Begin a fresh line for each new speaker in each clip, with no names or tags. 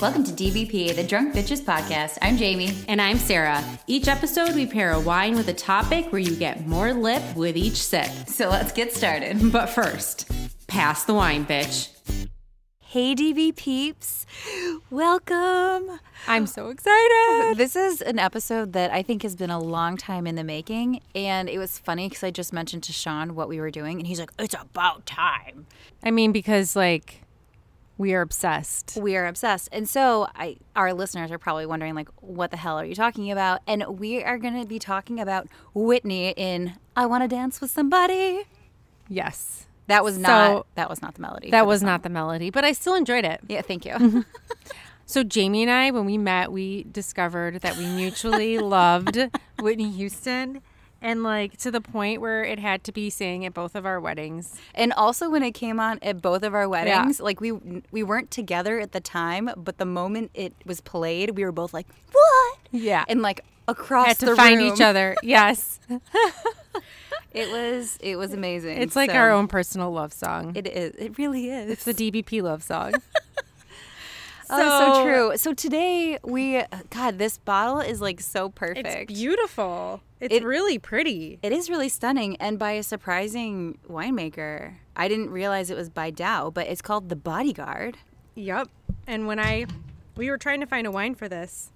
Welcome to DBP, the Drunk Bitches Podcast. I'm Jamie.
And I'm Sarah. Each episode, we pair a wine with a topic where you get more lip with each sip.
So let's get started.
But first, pass the wine, bitch.
Hey, DB peeps. Welcome.
I'm so excited.
This is an episode that I think has been a long time in the making. And it was funny because I just mentioned to Sean what we were doing, and he's like, it's about time.
I mean, because like we are obsessed.
We are obsessed. And so I, our listeners are probably wondering, like, what the hell are you talking about? And we are going to be talking about Whitney in I Want to Dance with Somebody.
Yes.
That was
So-
not that was not the melody. for
That Mm-hmm.
the
was
song.
not the melody, but I still enjoyed it.
Yeah, thank you.
So Jamie and I, when we met, we discovered that we mutually loved Whitney Houston. And like to the point where it had to be sang at both of our weddings.
And also when it came on at both of our weddings, like we we weren't together at the time, but the moment it was played, we were both like, "What?"
Yeah.
and like across
Had to
the
find
room.
each other. Yes.
It was it was amazing.
It's like
So,
our own personal love song.
It is. It really is.
It's the DBP love song.
oh, so true. So today we, God, this bottle is like so perfect.
It's beautiful. It's
It-
really pretty.
It is really stunning and by a surprising winemaker. I didn't realize it was by Dow, but it's called The Bodyguard.
Yep. And when I, we were trying to find a wine for this,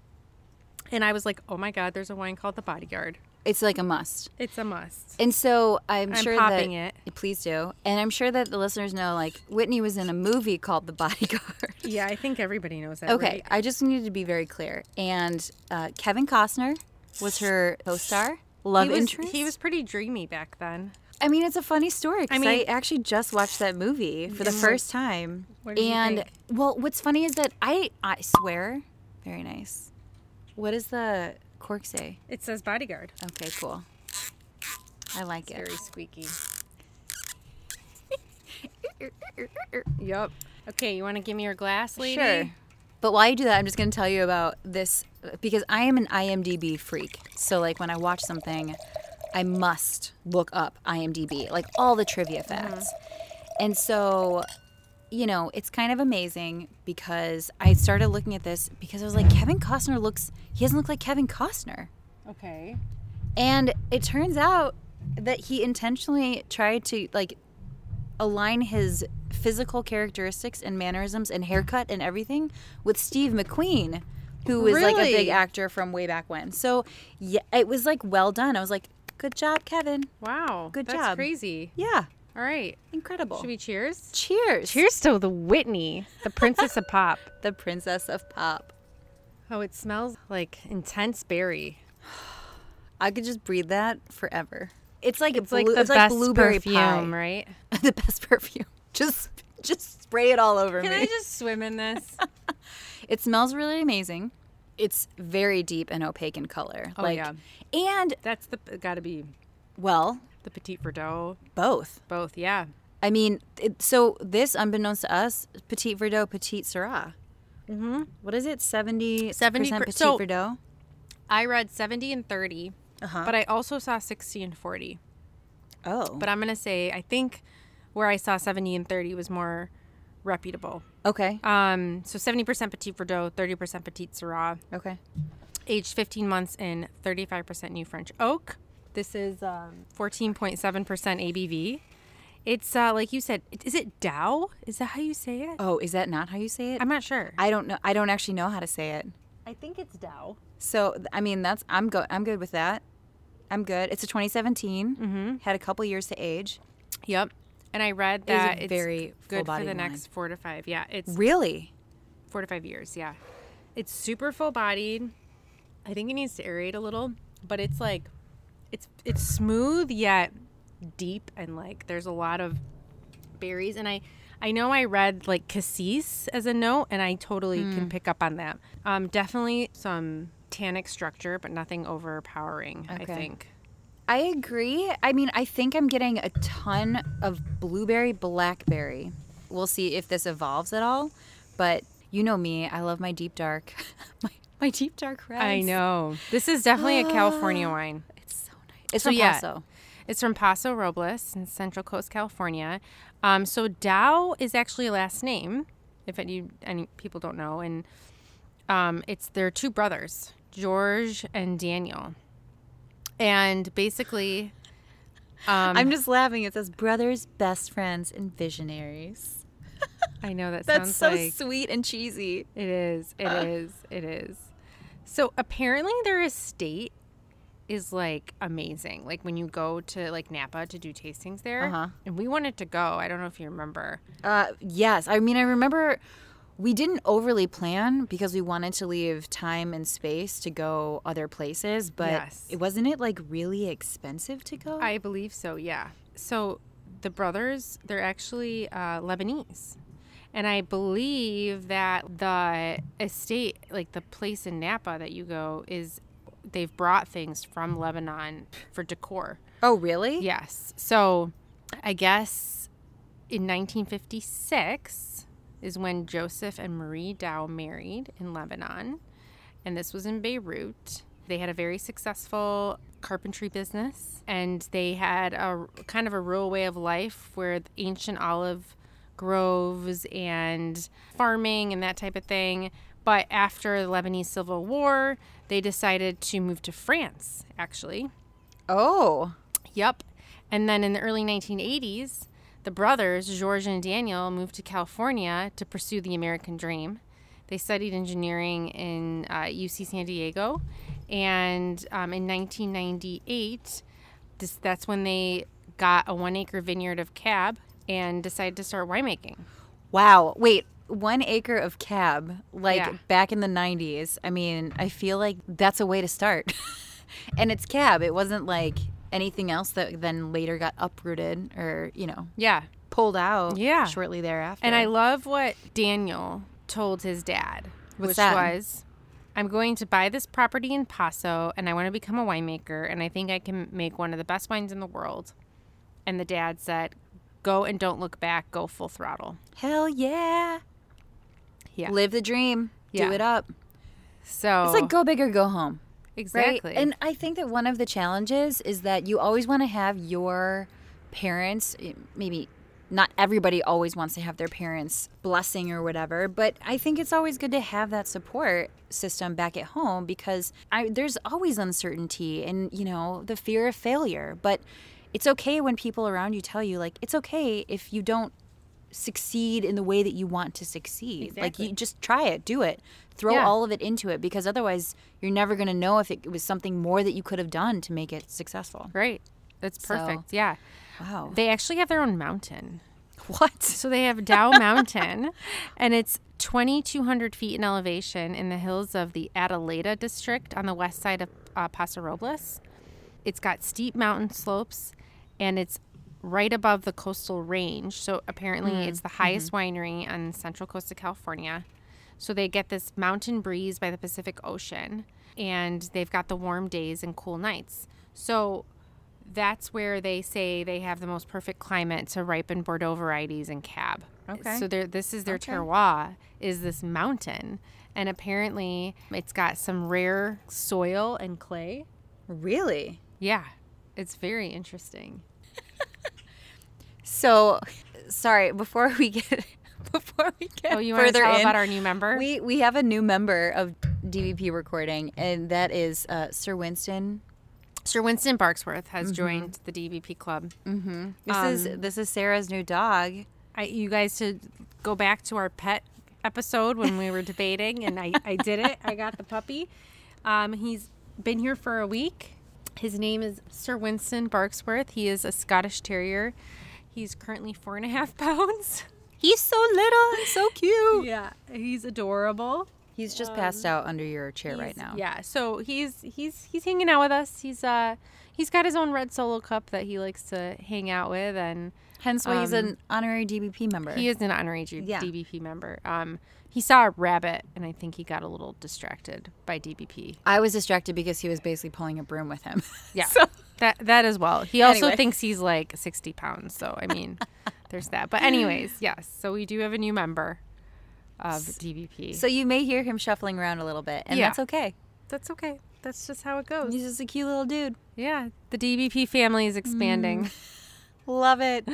and I was like, oh my God, there's a wine called the Bodyguard.
It's like a must.
It's a must.
And so I'm,
I'm
sure
popping
that
it.
please do. And I'm sure that the listeners know like Whitney was in a movie called The Bodyguard.
Yeah, I think everybody knows that.
Okay,
right?
I just needed to be very clear. And uh, Kevin Costner was her co-star, love
He was,
interest.
he was pretty dreamy back then.
I mean, it's a funny story. 'cause I
mean-
actually just watched that movie for the
And what-
first time.
what did you
and
think?
well, what's funny is that I I swear, very nice. What does the cork say?
It says Bodyguard.
Okay, cool. I like it.
Very squeaky. Yep. Okay, you want to give me your glass, lady?
Sure. But while you do that, I'm just going to tell you about this because I am an IMDb freak. So, like, when I watch something, I must look up IMDb, like all the trivia facts. And so, you know, it's kind of amazing because I started looking at this because I was like, Kevin Costner looks, he doesn't look like Kevin Costner.
Okay.
And it turns out that he intentionally tried to like align his physical characteristics and mannerisms and haircut and everything with Steve McQueen, who was like a big
Really?
actor from way back when. So yeah, it was like well done. I was like, good job, Kevin.
Wow.
Good
that's
job.
crazy.
Yeah,
All right.
incredible.
Should we cheers?
Cheers.
Cheers to the Whitney, the princess of pop.
The princess of pop.
Oh, it smells like intense berry.
I could just breathe that forever. It's like
It's like the
it's
best
like blueberry
perfume,
pie.
right?
the best perfume. Just just spray it all over
Can
me.
I just swim in this?
It smells really amazing. It's very deep and opaque in color.
Oh,
like,
yeah.
And,
That's the got to be
well,
the Petit Verdot.
both.
Both, yeah.
I mean, it, so this, unbeknownst to us, Petit Verdot, Petit Syrah. Mm-hmm. What is it? 70,
70 per-
Petit
so-
Verdot?
I read 70 and 30,
Uh-huh.
but I also saw 60 and 40.
Oh.
But I'm going to say I think where I saw 70 and 30 was more reputable.
okay.
Um, so 70% Petit Verdot, 30% Petit Syrah,
Okay.
aged 15 months in 35% new French oak. This is um, 14.7% ABV. It's uh, like you said, is it Dow? Is that how you say it?
Oh, is that not how you say it?
I'm not sure.
I don't know. I don't actually know how to say it.
I think it's Dow.
So, I mean, that's, I'm, go- I'm good with that. I'm good. It's a 2017. Mm-hmm. Had a couple years to age.
Yep. And I read
was a
that it's
very
good for
full-body
the
wine.
next four to five. Yeah, it's
Really?
four to five years. Yeah, it's super full bodied. I think it needs to aerate a little, but it's like, it's it's smooth yet deep and like there's a lot of berries. And I I know I read like cassis as a note, and I totally
Hmm.
can pick up on that. Um, definitely some tannic structure, but nothing overpowering. I
Okay.
think.
I agree. I mean, I think I'm getting a ton of blueberry blackberry. We'll see if this evolves at all. But you know me, I love my deep dark. my, my deep dark reds.
I know this is definitely a California
Ah.
wine.
It's so nice. It's
So,
from
yeah.
Paso.
It's from Paso Robles in Central Coast, California. Um, so Dow is actually a last name, if any, any people don't know, and um, it's their two brothers, George and Daniel. And basically,
um, I'm just laughing. It says brothers, best friends, and visionaries.
I know that
That's
sounds
so
like
sweet and cheesy.
It is. It is. It is. So apparently their estate is like amazing. Like when you go to like Napa to do tastings there,
Uh-huh.
and we wanted to go. I don't know if you remember.
Uh, yes, I mean I remember we didn't overly plan because we wanted to leave time and space to go other places, but
Yes.
it wasn't it like really expensive to go.
I believe so. Yeah. So the brothers, they're actually uh, Lebanese. And I believe that the estate, like the place in Napa that you go, is they've brought things from Lebanon for decor.
oh really?
Yes. So I guess in 1956 is when Joseph and Marie Dow married in Lebanon. And this was in Beirut. They had a very successful carpentry business and they had a kind of a rural way of life where the ancient olive groves and farming and that type of thing. But after the Lebanese Civil War, they decided to move to France, actually.
Oh.
Yep. And then in the early 1980s, the brothers, George and Daniel, moved to California to pursue the American dream. They studied engineering in uh, UC San Diego. And um, in 1998, this, that's when they got a one acre vineyard of cab and decided to start winemaking.
Wow. Wait, one acre of cab, like
Yeah.
back in the 90s. I mean, I feel like that's a way to start. and it's cab. It wasn't like anything else that then later got uprooted or, you know,
Yeah.
pulled out
Yeah.
shortly thereafter.
And I love what Daniel told his dad,
What's
which
that?
was, "I'm going to buy this property in Paso, and I want to become a winemaker, and I think I can make one of the best wines in the world." And the dad said, "Go and don't look back. Go full throttle."
Hell yeah.
Yeah.
Live the dream.
Yeah. Oh.
Do it up.
So
It's like go big or go home.
exactly,
Right? And I think that one of the challenges is that you always want to have your parents, eh, maybe not everybody always wants to have their parents' blessing or whatever, but I think it's always good to have that support system back at home because I, there's always uncertainty and, you know, the fear of failure. But it's okay when people around you tell you, like, it's okay if you don't succeed in the way that you want to succeed. Like
Exactly.
you just try it, do it, throw
Yeah.
all of it into it because otherwise you're never going to know if it was something more that you could have done to make it successful.
right. That's
So-
perfect. yeah.
Wow.
They actually have their own mountain.
what?
So they have Dow Mountain, and it's 2,200 feet in elevation in the hills of the Adelaida district on the west side of uh, Paso Robles. It's got steep mountain slopes, and it's right above the coastal range. So apparently, it's the highest winery on the central coast of California. So they get this mountain breeze by the Pacific Ocean, and they've got the warm days and cool nights. So that's where they say they have the most perfect climate to ripen Bordeaux varieties and cab.
Okay.
So they're- this is their terroir is this mountain, and apparently it's got some rare soil and clay.
Really?
Yeah, it's very interesting.
So sorry, before we get before we get
Oh, you want to
further
tell
in,
about our new member?
we we have a new member of DVP recording and that is uh, Sir Winston.
Sir Winston Barksworth has
Mm-hmm.
joined the DVP club.
This is
Um,
this is Sarah's new dog.
I, you guys should go back to our pet episode when we were debating, and I, I did it. I got the puppy. Um, he's been here for a week. His name is Sir Winston Barksworth. He is a Scottish Terrier. He's currently four and a half pounds.
He's so little and so cute.
Yeah, he's adorable.
He's just passed out under your chair right now.
Yeah, so he's he's he's hanging out with us. He's uh he's got his own red solo cup that he likes to hang out with, and
Hence why he's
um,
an honorary DBP member.
He is an honorary G-
Yeah.
DBP member. Um, he saw a rabbit, and I think he got a little distracted by DBP.
I was distracted because he was basically pulling a broom with him.
Yeah,
So-
that that as well. He also
Anyway.
thinks he's like sixty pounds. So I mean, there's that. But anyways, yes. So we do have a new member of DBP.
so you may hear him shuffling around a little bit, and
Yeah.
that's okay.
that's okay. That's just how it goes.
He's just a cute little dude.
Yeah, the DBP family is
Mm.
expanding.
Love it.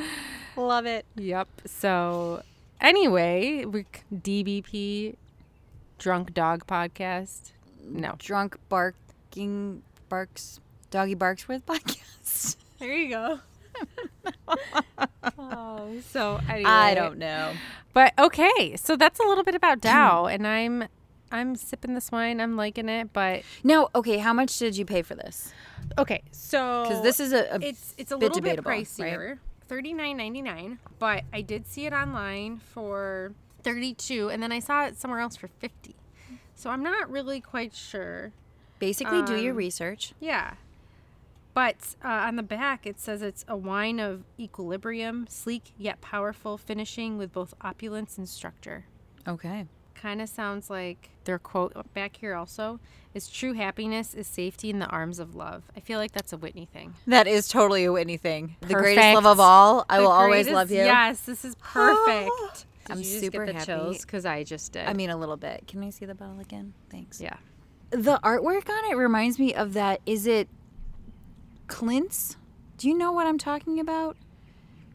Love it.
Yep. So anyway, we DBP drunk dog podcast. No.
drunk barking barks doggy barks with podcast.
There you go. oh, so anyway.
I don't know.
But okay, so that's a little bit about Dow, and I'm I'm sipping this wine. I'm liking it, but
Now, okay, how much did you pay for this?
okay, so
Because this is a, a
it's it's a
bit
little bit
debatable, right?
pricier, thirty nine ninety nine. But I did see it online for thirty two, and then I saw it somewhere else for fifty. So I'm not really quite sure.
basically do your research.
Yeah. But uh, on the back, it says it's a wine of equilibrium, sleek yet powerful, finishing with both opulence and structure.
Okay.
Kind of sounds like their quote back here also is true happiness is safety in the arms of love. I feel like that's a Whitney thing.
That is totally a Whitney thing. The greatest
Perfect.
love of all. I
The
will always
greatest-
love you.
Yes, this is perfect. Did
I'm
you just
super
get the
happy.
chills because I just did.
I mean, a little bit. Can I see the bottle again? Thanks.
yeah.
The artwork on it reminds me of that. Is it Clint's? Do you know what I'm talking about?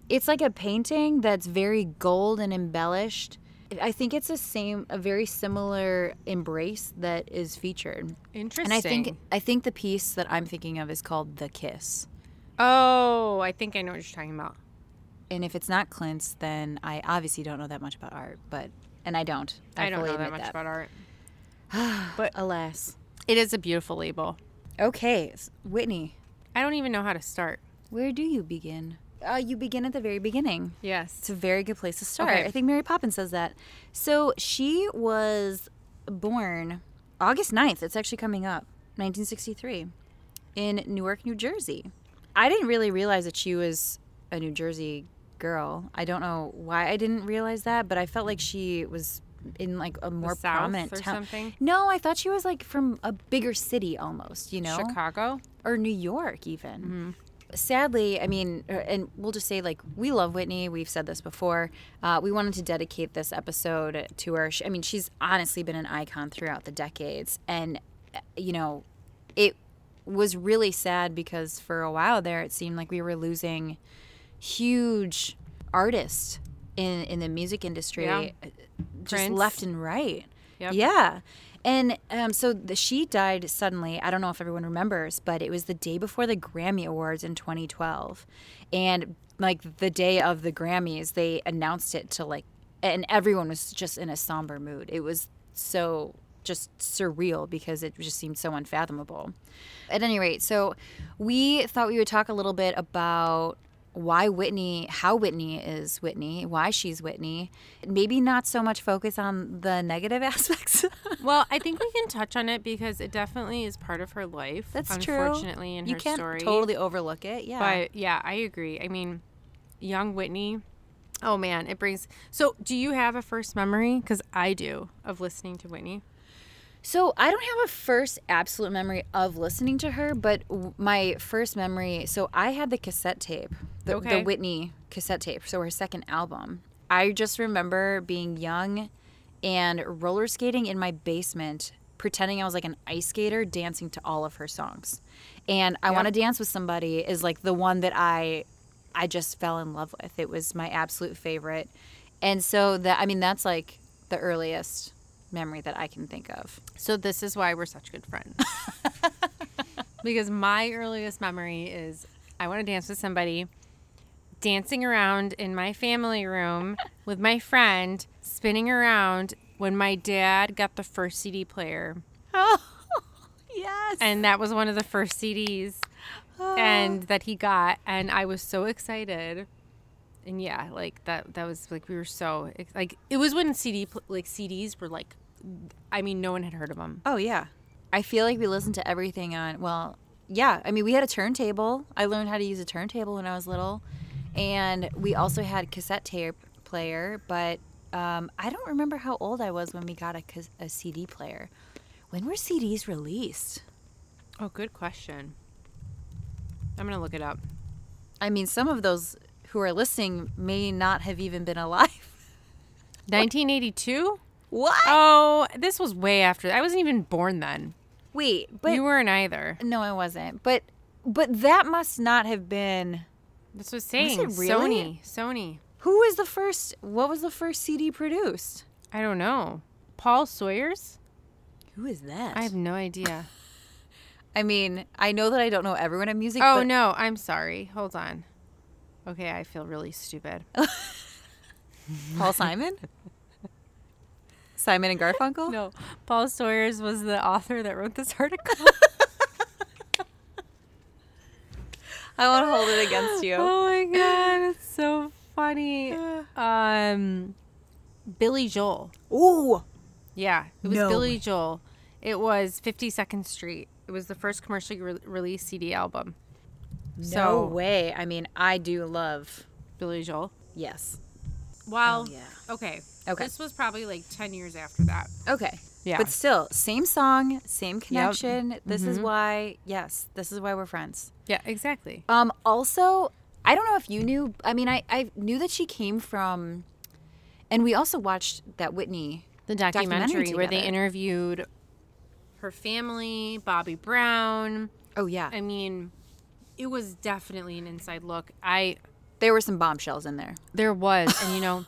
It's like a painting that's very gold and embellished. I think it's the same, a very similar embrace that is featured.
Interesting.
And I think I think the piece that I'm thinking of is called The Kiss.
Oh, I think I know what you're talking about.
And if it's not Clint's, then I obviously don't know that much about art, but and I don't.
I, don't
fully
know that
admit
much
that.
about art.
But alas.
It is a beautiful label.
Okay, s- Whitney,
I don't even know how to start.
Where do you begin? Uh, you begin at the very beginning. It's
Yes.
a very good place to start.
Okay.
I think Mary Poppins says that. So she was born August 9th. It's actually coming up, 1963, in Newark, New Jersey. I didn't really realize that she was a New Jersey girl. I don't know why I didn't realize that, but I felt like she was in like a more
South
prominent
or
town.
something?
No, I thought she was like from a bigger city almost, you know?
Chicago.
or New York even. Sadly, I mean, er, and we'll just say like we love Whitney. We've said this before. Uh, we wanted to dedicate this episode to her. She, I mean, she's honestly been an icon throughout the decades, and uh, you know, it was really sad because for a while there, it seemed like we were losing huge artists in in the music industry,
Yeah.
uh, just
Prince.
left and right.
Yep.
Yeah. And um, so the, she died suddenly. I don't know if everyone remembers, but it was the day before the Grammy Awards in 2012. And like the day of the Grammys, they announced it to like, and everyone was just in a somber mood. It was so just surreal because it just seemed so unfathomable. At any rate, so we thought we would talk a little bit about why Whitney, how Whitney is Whitney, why she's Whitney. Maybe not so much focus on the negative aspects.
Well, I think we can touch on it because it definitely is part of her life.
That's true.
unfortunately, in
you
her
can't
story.
totally overlook it. Yeah.
But yeah, I agree. I mean, young Whitney. Oh man, it brings. So, do you have a first memory? Because I do of listening to Whitney.
So I don't have a first absolute memory of listening to her, but w- my first memory. So I had the cassette tape, the, the
Okay.
Whitney cassette tape. So her second album. I just remember being young and roller skating in my basement, pretending I was like an ice skater, dancing to all of her songs. And I want to dance with somebody is like the one that I, I just fell in love with. It was my absolute favorite, and so that I mean that's like the earliest memory that I can think of.
So this is why we're such good friends. because my earliest memory is I want to dance with somebody, dancing around in my family room with my friend, spinning around when my dad got the first CD player.
Oh, yes.
and that was one of the first CDs and that he got and I was so excited and yeah like that that was like we were so ex- like it was when CD pl- like CDs were like I mean no one had heard of them
oh, yeah. I feel like we listened to everything on, well, yeah. I mean, we had a turntable. I learned how to use a turntable when I was little. And we also had cassette tape player, but um, I don't remember how old I was when we got a, cas- a CD player. When were CDs released?
oh good question I'm gonna look it up
I mean, some of those who are listening may not have even been alive.
1982
What?
oh this was way after I wasn't even born then
Wait, but
you weren't either
no, I wasn't. But but that must not have been
this was saying
it really?
Sony Sony
Who was the first? What was the first CD produced?
I don't know Paul Sawyer's?
Who is that?
I have no idea.
I mean, I know that I don't know everyone in music.
Oh
but
no, I'm sorry. Hold on. Okay, I feel really stupid.
Paul Simon? Simon and Garfunkel?
No, Paul Sawyer's was the author that wrote this article.
I won't hold it against you.
oh my god, it's so funny. Um, Billy Joel.
Ooh.
Yeah, it was
No.
Billy Joel. It was 52nd Street. It was the first commercially re- released CD album.
No
So
way. I mean, I do love.
Billy Joel.
Yes.
Well,
Oh, yeah.
okay.
Okay.
This was probably like 10 years after that.
Okay.
Yeah.
But still, same song, same connection. This is why, yes, this is why we're friends.
Yeah, exactly.
Um, also, I don't know if you knew. I mean, I, I knew that she came from, and we also watched that Whitney.
The documentary, where they
together.
interviewed her family, Bobby Brown.
Oh yeah,
I mean, it was definitely an inside look. I
there were some bombshells in there.
there was, and you know,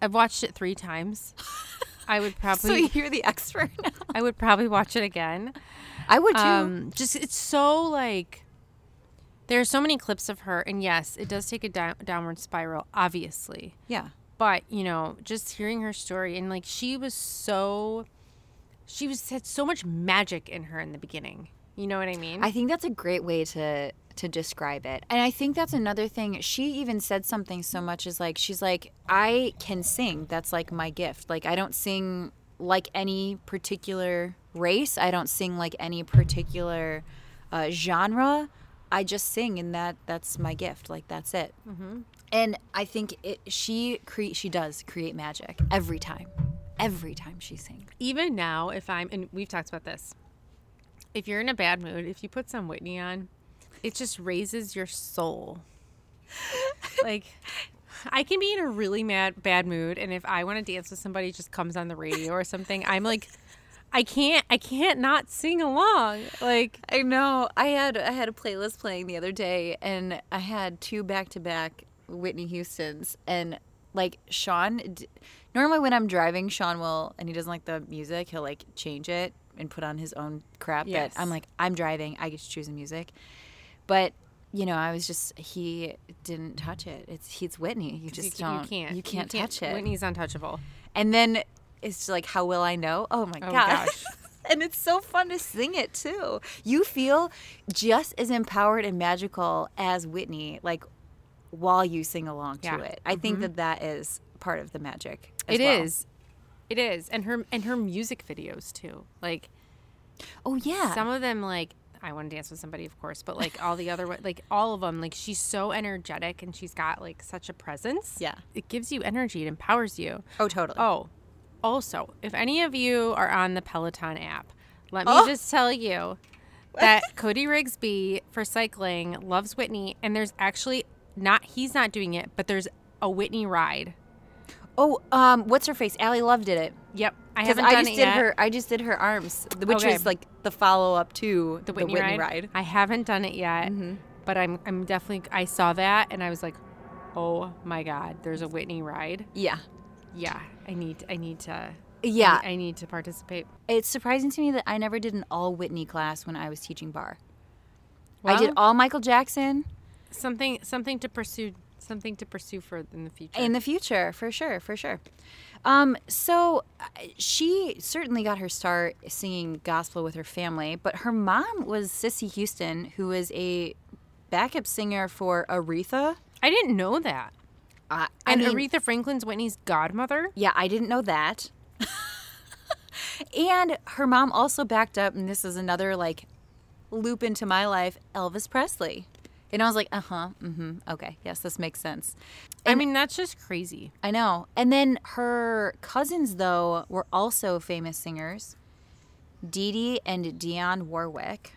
I've watched it 3 times. I would
so
probably
you're the expert now.
I would probably watch it again.
I would too.
um just it's so like there are so many clips of her and yes it does take a down downward spiral obviously
yeah.
but you know just hearing her story and like she was so she was had so much magic in her in the beginning you know what i mean
I think that's a great way to to describe it. And I think that's another thing. She even said something so much as like she's like I can sing. That's like my gift. Like I don't sing like any particular race. I don't sing like any particular uh, genre. I just sing and that that's my gift. Like that's it. And I think it, she cre- she does create magic every time. Every time she sings.
even now if i'm and we've talked about this if you're in a bad mood if you put some whitney on it just raises your soul like i can be in a really mad bad mood and if i want to dance with somebody it just comes on the radio or something i'm like i can't i can't not sing along like
I know. I had I had a playlist playing the other day, and I had two back to back Whitney Houston's, and like Sean. d- Normally, when I'm driving, Sean will, and he doesn't like the music. He'll like change it and put on his own crap.
Yes.
But I'm like, I'm driving. I get to choose the music. But you know, I was just he didn't touch it. It's he's Whitney. You
you,
just
ca-
don't.
you can't
You can't, touch it.
whitney's untouchable
And then it's like, how will I know? Oh my
Oh,
gosh.
gosh.
and it's so fun to sing it too. You feel just as empowered and magical as Whitney, like while you sing along
Yeah. Mm-hmm.
to it. I think that that is part of the magic. as
It is,
well.
it is and her and her music videos too like
Oh yeah.
some of them like I want to dance with somebody, of course, but like all the other one- like all of them, like she's so energetic and she's got like such a presence.
Yeah.
it gives you energy. It empowers you.
oh totally.
Oh, also, if any of you are on the Peloton app, let me
Oh.
just tell you that Cody Rigsby for cycling loves Whitney, and there's actually not he's not doing it, but there's a Whitney ride.
Oh, um, what's her face? Allie Love did it.
Yep, I
Because
haven't
I
done
just
it
did
yet.
her I just did her arms, th- which
Okay.
was like the follow up to
the Whitney, ride. I haven't done it yet,
Mm-hmm.
but I'm I'm definitely I saw that and I was like, oh my god, there's a Whitney ride.
Yeah.
Yeah, I need I need to
Yeah.
I, I need to participate.
It's surprising to me that I never did an all Whitney class when I was teaching bar. I
Well-
did all Michael Jackson
Something something to pursue something to pursue for in the future.
in the future, for sure, for sure. Um, so uh, she certainly got her start singing gospel with her family, but her mom was Sissy Houston, who is a backup singer for Aretha.
I didn't know that.
I, I
And
mean-
Aretha Franklin's Whitney's godmother.
Yeah, I didn't know that. and her mom also backed up, and this is another like loop into my life Elvis Presley. And I was like, uh huh, mm hmm, okay, yes, this makes sense.
I mean, that's just crazy.
I know. And then her cousins, though, were also famous singers Dee Dee and Dionne Warwick.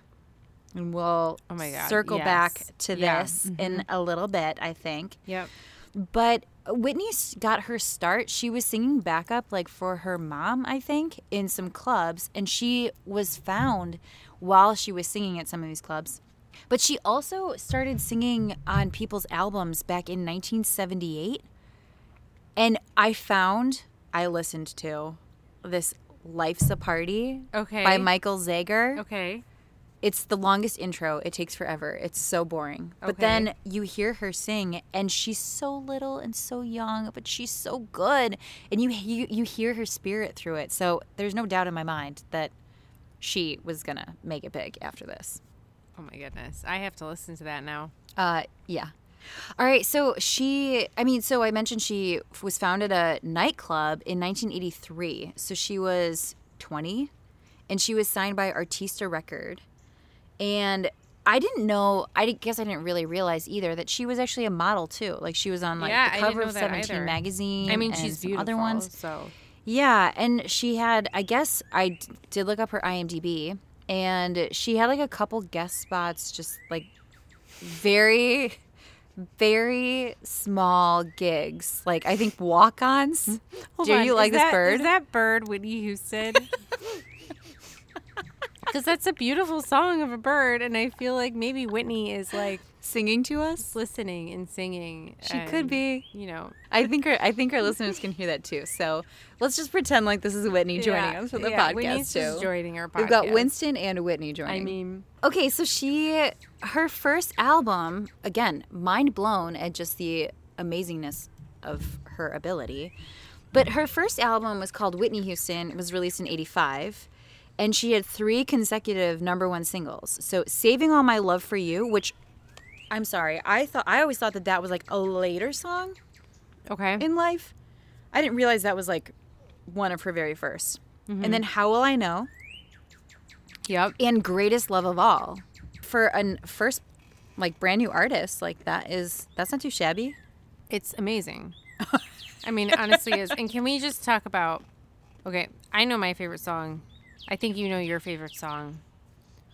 And we'll
Oh my God,
circle
yes.
back to
Yeah, mm-hmm.
this in a little bit, I think.
Yep.
But Whitney s- got her start. She was singing backup, like for her mom, I think, in some clubs. And she was found while she was singing at some of these clubs. But she also started singing on people's albums back in 1978. And I found, I listened to this Life's a Party
Okay.
by Michael Zager.
Okay.
It's the longest intro. It takes forever. It's so boring. But
Okay.
then you hear her sing and she's so little and so young, but she's so good and you you, you hear her spirit through it. So there's no doubt in my mind that she was going to make it big after this.
Oh my goodness. I have to listen to that now.
Uh, yeah. All right. So she, I mean, so I mentioned she f- was founded a nightclub in 1983. So she was 20 and she was signed by Artista Record. And I didn't know, I di- guess I didn't really realize either that she was actually a model too. Like she was on like
Yeah, I
the
didn't
cover
know
of
that
17
either.
magazine.
I mean,
and
she's
some
beautiful.
Other ones.
So
Yeah, and she had, I guess I d- did look up her IMDb, and she had like a couple guest spots, just like very, very small gigs. Like I think walk-ons.
Hmm. Hold
Do
on,
you like
is
this
that-
bird?
Is that bird Whitney Houston? Because that's a beautiful song of a bird, and I feel like maybe Whitney is like
singing to us?
listening and singing.
She could
and,
be.
you know.
I think her, I think our listeners can hear that too. So let's just pretend like this is Whitney joining
Yeah,
us for the
yeah,
podcast
Whitney's
too.
just joining our podcast.
We've got Winston and Whitney joining.
I mean,
Okay, so she, her first album, again, mind blown at just the amazingness of her ability. But her first album was called Whitney Houston. It was released in 85. And she had three consecutive number one singles. So Saving All My Love for You, which I'm sorry, I thought, I always thought that that was like a later song
okay.
in life. I didn't realize that was like one of her very 1st And then How Will I Know?
yep.
and greatest love of all for a first like brand new artist like that is that's not too shabby
It's amazing. I mean, it honestly, is. And can we just talk about? Okay, I know my favorite song. I think you know your favorite song.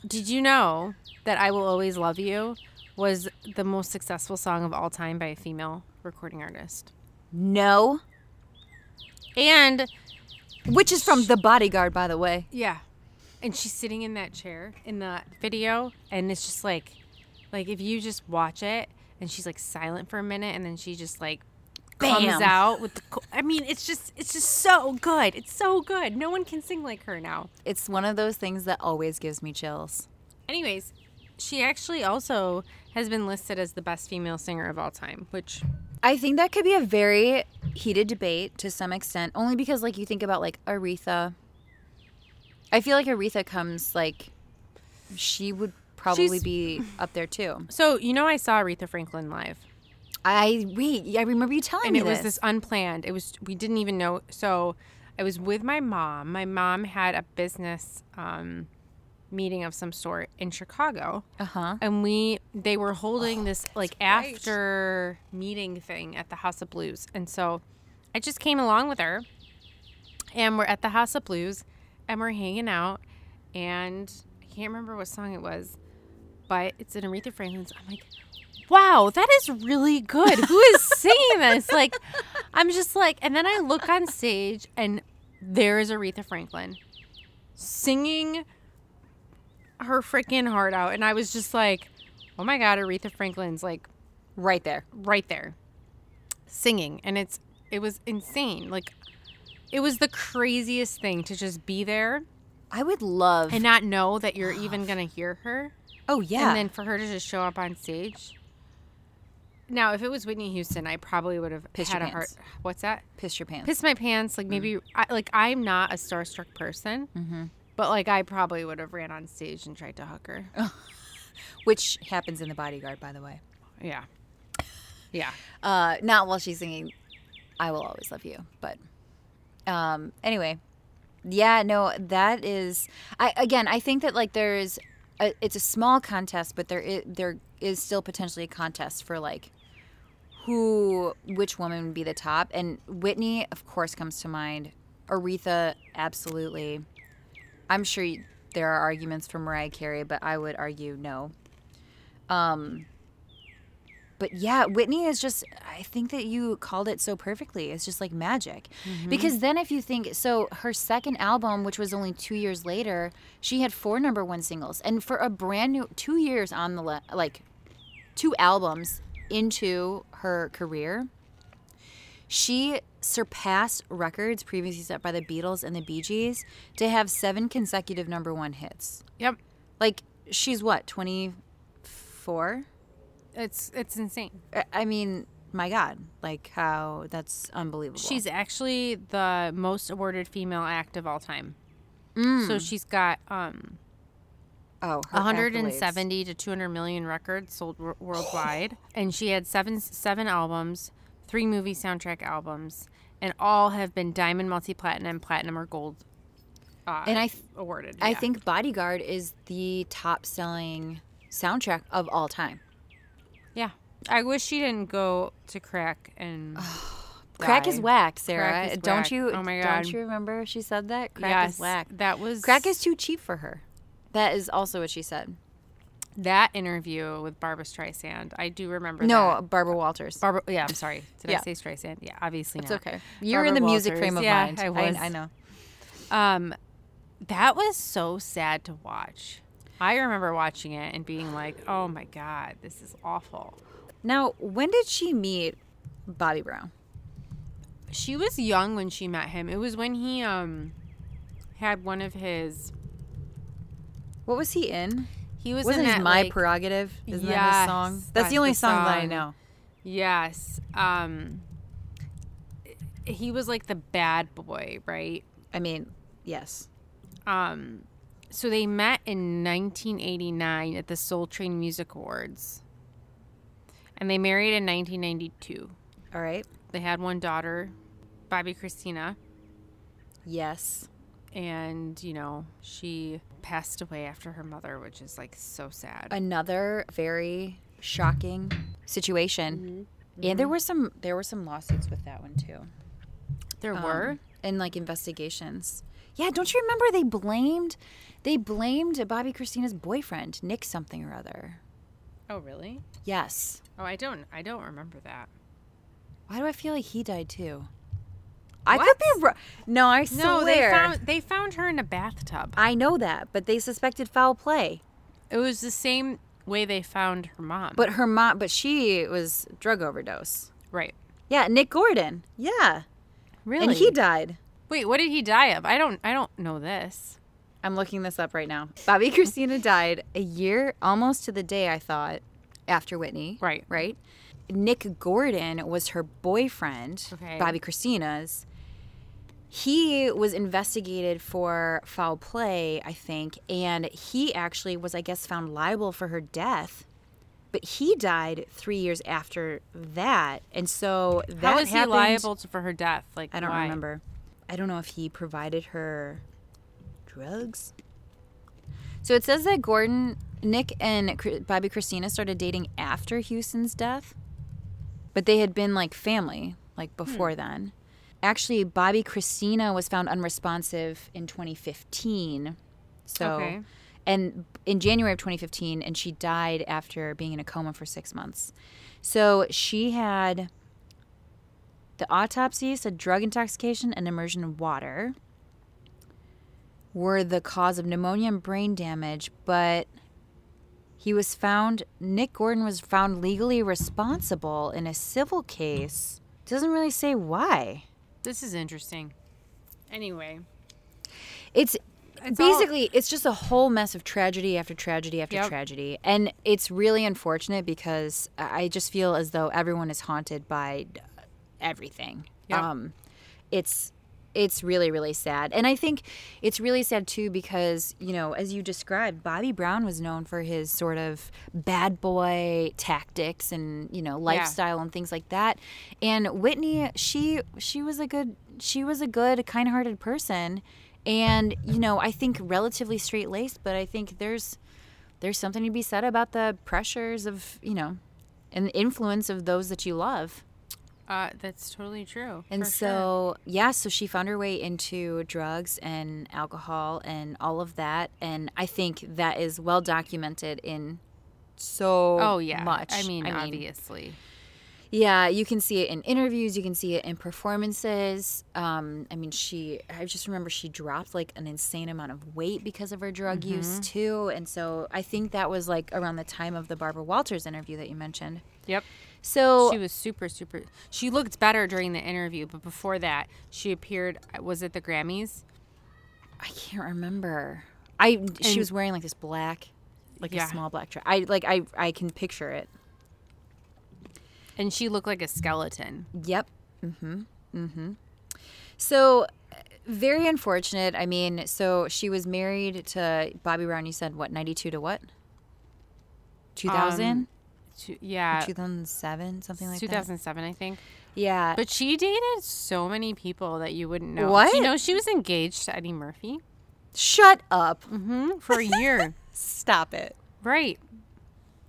Did you know that "I Will Always Love You" was the most successful song of all time by a female recording artist?
no
And
which is from the bodyguard by the way
yeah, and she's sitting in that chair in the video, and it's just like, like if you just watch it, and she's like silent for a minute, and then she just like
Bam.
comes out with the. co- I mean, it's just it's just so good. It's so good. No one can sing like her now.
it's one of those things that always gives me chills
Anyways, she actually also has been listed as the best female singer of all time, which
i think that could be a very heated debate to some extent only because like you think about like aretha i feel like aretha comes like she would probably
She's-
be up there too
so you know I saw Aretha Franklin live.
i wait i remember you telling
and
me
it was
this
this unplanned it was we didn't even know so i was with my mom my mom had a business um, meeting of some sort in chicago
Uh-huh.
and we they were holding this like after meeting thing at the house of blues and so i just came along with her and we're at the house of blues and we're hanging out and i can't remember what song it was but it's an Aretha Franklin's. I'm like, wow, that is really good. Who is singing this? Like, I'm just like, and then I look on stage and there is Aretha Franklin singing her freaking heart out. And I was just like, oh my God, Aretha Franklin's like
right there
right there singing. And it's, it was insane. Like, it was the craziest thing to just be there
i would love
and not know that you're even going to hear her.
oh yeah
And then for her to just show up on stage. Now, if it was Whitney Houston, I probably would have
Pissed
had
your
a heart.
pants. Mm.
What's that?
piss your pants
Piss my pants. Like maybe, I, like I'm not a starstruck person,
Mm-hmm.
but like I probably would have ran on stage and tried to hook her.
Oh. which happens in the bodyguard by the way
Yeah, yeah.
uh not while she's singing i will always love you but um anyway yeah no that is i again i think that like there is a, it's a small contest but there is, there is still potentially a contest for like who which woman would be the top and whitney of course comes to mind aretha absolutely i'm sure you- there are arguments for mariah carey but i would argue no but yeah, Whitney is just, I think that you called it so perfectly. It's just like magic. Because then, if you think, so her second album, which was only two years later, she had four number one singles. And for a brand new, two years on the, le- like, two albums into her career, She surpassed records previously set by the Beatles and the Bee Gees to have seven consecutive number one hits.
Yep.
Like, she's what, 24?
It's it's insane.
I- Uh, I mean, my God, like how that's unbelievable.
She's actually the most awarded female act of all time.
Mm.
So she's got um
oh, her
170 to 200 million records sold wor- worldwide, and she had seven seven albums, three movie soundtrack albums, and all have been diamond, multi platinum, platinum, or gold. Uh,
And I th-
awarded.
accolades. I
yeah.
think Bodyguard is the top selling soundtrack of all time.
Yeah. I wish she didn't go to crack and
Crack
die.
is whack, Sarah.
Crack is
don't
whack.
you?
Oh my God.
Don't you remember she said that? Crack
Yes,
is whack.
that was
Crack is too cheap for her. That is also what she said.
that interview with Barbara Streisand. I do remember.
No,
that.
Barbara Walters.
Barbara. Yeah, I'm sorry. Did
Yeah.
I say Streisand? Yeah, obviously
it's
not.
okay. You're in the
Barbara
music
Walters.
frame of
Yeah,
mind.
I was.
I, know.
Um, that was so sad to watch. I remember watching it and being like, "Oh my god, this is awful."
Now, when did she meet Bobby Brown?
She was young when she met him. It was when he um had one of his.
What was he in?
He was
Wasn't
in
his
that,
My
like-
Prerogative? Isn't that his
Yes,
song? That's,
that's
the only
the
song that I
song.
know.
Yes. Um he was like the bad boy, right?
I mean, yes.
Um so they met in 1989 at the Soul Train Music Awards. And they married in 1992.
All right.
They had one daughter, Bobby Christina,
Yes.
and you know, she passed away after her mother, which is like so sad.
Another very shocking situation. And there were some there were some lawsuits with that one too.
there
um,
were
and like investigations. Yeah, don't you remember they blamed they blamed Bobby Christina's boyfriend, Nick something or other.
Oh, really?
Yes.
Oh, I don't I don't remember that.
Why do I feel like he died too? I could be wrong. No, I swear.
No, they found they found her in a bathtub.
I know that, but they suspected foul play.
It was the same way they found her mom.
But her mom, but she was drug overdose.
right.
Yeah, Nick Gordon. Yeah,
Really?
and he died.
Wait, what did he die of? I don't I don't know this.
I'm looking this up right now. Bobby Christina died a year almost to the day I thought after Whitney.
Right.
Right. Nick Gordon was her boyfriend,
Okay.
Bobby Christina's. He was investigated for foul play, I think, and he actually was, I guess, found liable for her death. But he died three years after that, and so that
How is he
happened-
liable to, for her death? Like
I don't
why?
remember. I don't know if he provided her drugs. So it says that Gordon, Nick, and Cr- Bobby Christina started dating after Houston's death, but they had been like family
Hmm.
like before then. Actually, Bobby Christina was found unresponsive in 2015. So,
Okay.
and in January of 2015, and she died after being in a coma for six months. So she had the autopsy said drug intoxication and immersion in water were the cause of pneumonia and brain damage, but he was found, Nick Gordon was found legally responsible in a civil case. Doesn't really say why.
This is interesting. Anyway,
It's,
It's all-
basically, it's just a whole mess of tragedy after tragedy after
Yep.
tragedy. And it's really unfortunate because I I just feel as though everyone is haunted by everything.
Yep.
Um, it's it's really really sad and i think it's really sad too because you know as you described bobby brown was known for his sort of bad boy tactics and you know lifestyle and things like that and whitney she she was a good she was a good kind-hearted person and you know i think relatively straight-laced but i think there's there's something to be said about the pressures of you know and the influence of those that you love
uh, that's totally true.
and
for sure.
so, yeah, so she found her way into drugs and alcohol and all of that. And I think that is well documented in so
oh yeah,
much.
I mean, obviously,
Yeah, you can see it in interviews. You can see it in performances. Um, I mean, she. I just remember she dropped like an insane amount of weight because of her drug
Mm-hmm.
use too. And so I think that was like around the time of the Barbara Walters interview that you mentioned.
Yep.
So
She was super, super. She looked better during the interview, but before that, she appeared. uh, Was it the Grammys?
I can't remember. I she was wearing like this black, like
Yeah.
a small black dress. I like I I can picture it.
And she looked like a skeleton.
Yep. Mm-hmm. Mm-hmm. So very unfortunate. I mean, so she was married to Bobby Brown. You said what? Ninety two to what? Two thousand.
She- yeah.
Two thousand seven, something like that.
2007, I think.
Yeah,
But she dated so many people that you wouldn't know. Do
What?
you know she was engaged to Eddie Murphy
shut up!
mm-hmm. for a year?
Stop it.
right.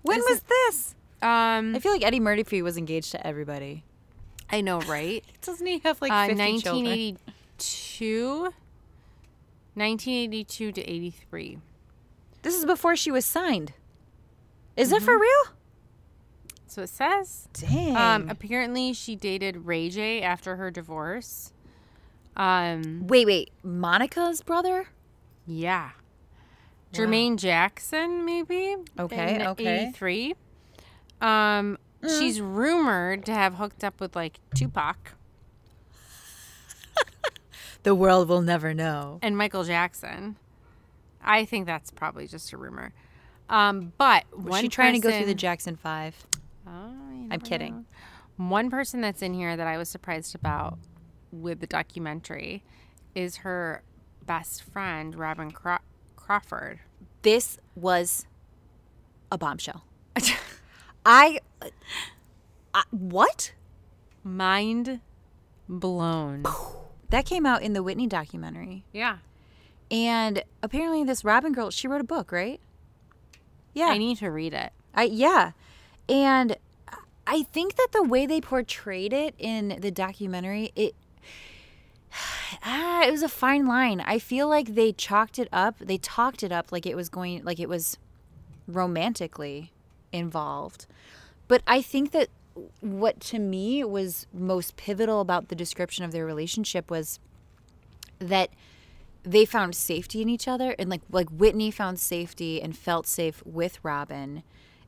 When
This
was this?
Um,
I feel like Eddie Murphy was engaged to everybody.
I know, right?
Doesn't he have like
Uh,
50 children?
1982. 1982 to 83.
This is before she was signed. Is it for real?
So it says.
Dang.
Um, apparently, she dated Ray J after her divorce. Um,
wait, wait. Monica's brother?
yeah. Jermaine Jackson, maybe.
Okay,
in
okay. Mm.
83. Um, She's rumored to have hooked up with like Tupac
The world will never know.
and Michael Jackson. I think that's probably just a rumor. Um, but
Was
one
she trying to go through the
person-
Jackson Five?
Oh, you
I'm
never
kidding.
One person that's in here that I was surprised about with the documentary is her best friend, Robin Craw- Crawford.
This was a bombshell. I, uh, I. What?
Mind blown.
That came out in the Whitney documentary.
Yeah.
And apparently, this Robin girl, she wrote a book, right? Yeah.
I need to read it.
I yeah, and I think that the way they portrayed it in the documentary, it ah, it was a fine line. I feel like they chalked it up, they talked it up like it was going, like it was romantically involved. But I think that what to me was most pivotal about the description of their relationship was that they found safety in each other and like like Whitney found safety and felt safe with Robin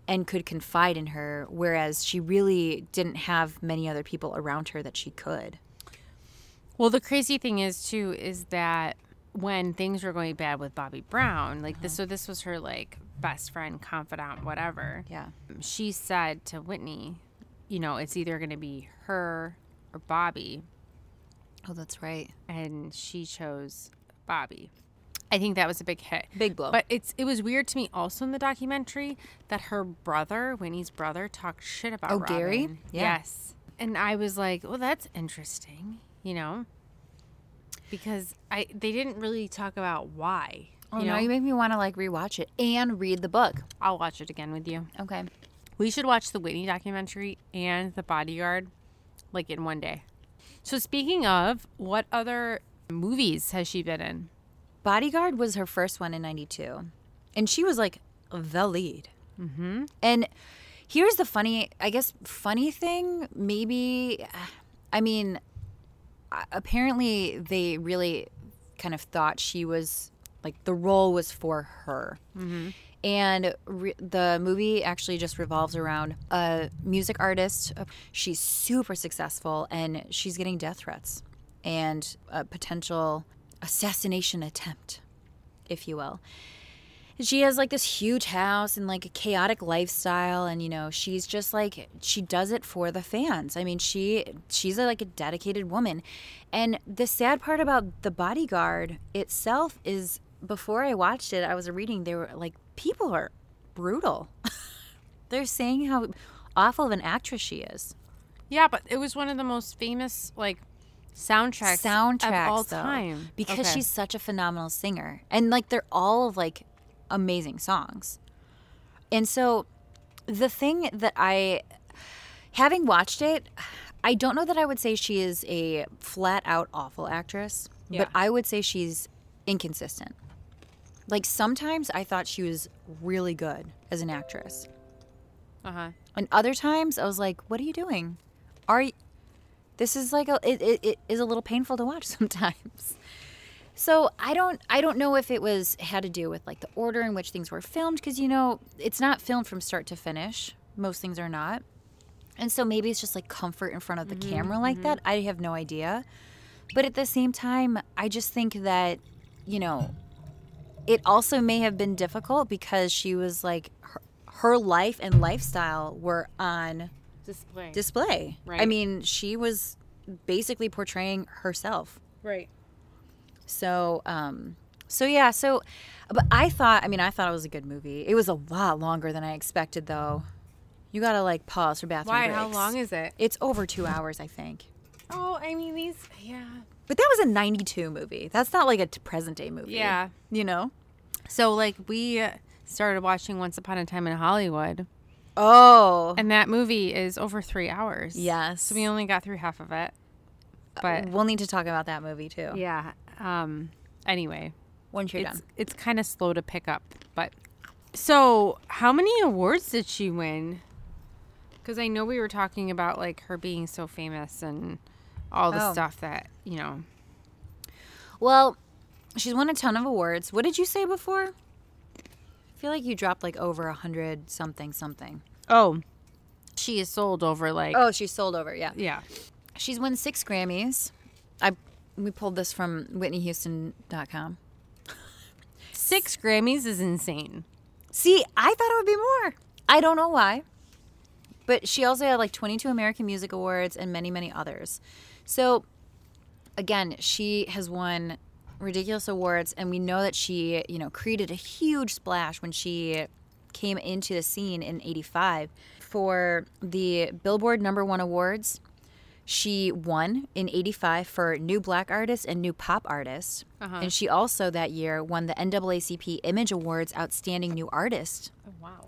and could confide in her whereas she really didn't have many other people around her that she could.
Well, the crazy thing is too is that when things were going bad with Bobby Brown, like this, so this was her like best friend, confidant, whatever.
Yeah.
she said to Whitney, you know, it's either going to be her or Bobby,
Oh, that's right.
and she chose Bobby. I think that was a big hit.
Big blow.
But it's it was weird to me also in the documentary that her brother, Whitney's brother, talked shit about
Oh, Gary?
Robin.
Yeah.
Yes. And I was like, well, that's interesting, you know? Because I they didn't really talk about why.
Oh,
you
now
know,
you make me want to like rewatch it and read the book.
I'll watch it again with you.
Okay.
We should watch the Whitney documentary and the Bodyguard like in one day. So speaking of, what other movies has she been in?
Bodyguard was her first one in 92. And she was like the lead. Mm-hmm. And here's the funny, I guess, funny thing. Maybe, I mean, a- apparently they really kind of thought she was like the role was for her. And re- the movie actually just revolves around a music artist. She's super successful and she's getting death threats and a potential assassination attempt, if you will. She has like this huge house and like a chaotic lifestyle and you know she's just like she does it for the fans. I mean she she's a, like a dedicated woman. And the sad part about The Bodyguard itself is before I watched it I was reading they were like people are brutal. They're saying how awful of an actress she is.
Yeah, but it was one of the most famous like soundtracks,
soundtracks
of all
though,
time
because
Okay.
she's such a phenomenal singer and like they're all of like amazing songs and so the thing that i having watched it i don't know that i would say she is a flat out awful actress
Yeah.
but i would say she's inconsistent like sometimes i thought she was really good as an actress
Uh huh.
And other times I was like, what are you doing? Are you, this is like a it, it, it is a little painful to watch sometimes. So I don't I don't know if it was had to do with like the order in which things were filmed cuz you know, it's not filmed from start to finish. Most things are not. And so maybe it's just like comfort in front of the camera like that. I have no idea. But at the same time, I just think that, you know, it also may have been difficult because she was like her, her life and lifestyle were on
Display.
display. I
Right.
mean, she was basically portraying herself.
right.
So, um, so yeah, so, but I thought, I mean, I thought it was a good movie. It was a lot longer than I expected, though. You gotta like pause for bathroom
Why? How
breaks.
long is it?
It's over two hours, I think.
Oh, I mean these. Yeah.
But that was a 92 movie. That's not like a t- present day movie.
Yeah.
You know?
So like we started watching Once Upon a Time in Hollywood,
Oh.
and that movie is over three hours.
Yes.
So we only got through half of it. But
we'll need to talk about that movie too.
yeah. Um. Anyway,
Once you're
it's
done.
it's kind of slow to pick up, but. So how many awards did she win? Because I know we were talking about like her being so famous and all the
Oh.
stuff that you know.
Well, she's won a ton of awards. What did you say before? I feel like you dropped like over a hundred something something.
Oh, she is sold over like
Oh, she's sold over. Yeah.
yeah.
She's won six Grammys. I we pulled this from WhitneyHouston.com.
Six Grammys is insane.
See, I thought it would be more. I don't know why. But she also had like 22 American Music Awards and many, many others. So, again, she has won ridiculous awards. And we know that she, you know, created a huge splash when she came into the scene in 85 for the Billboard number one awards. She won in 85 for New Black Artist and New Pop Artist. And she also that year won the NAACP Image Awards Outstanding New Artist.
Oh, wow.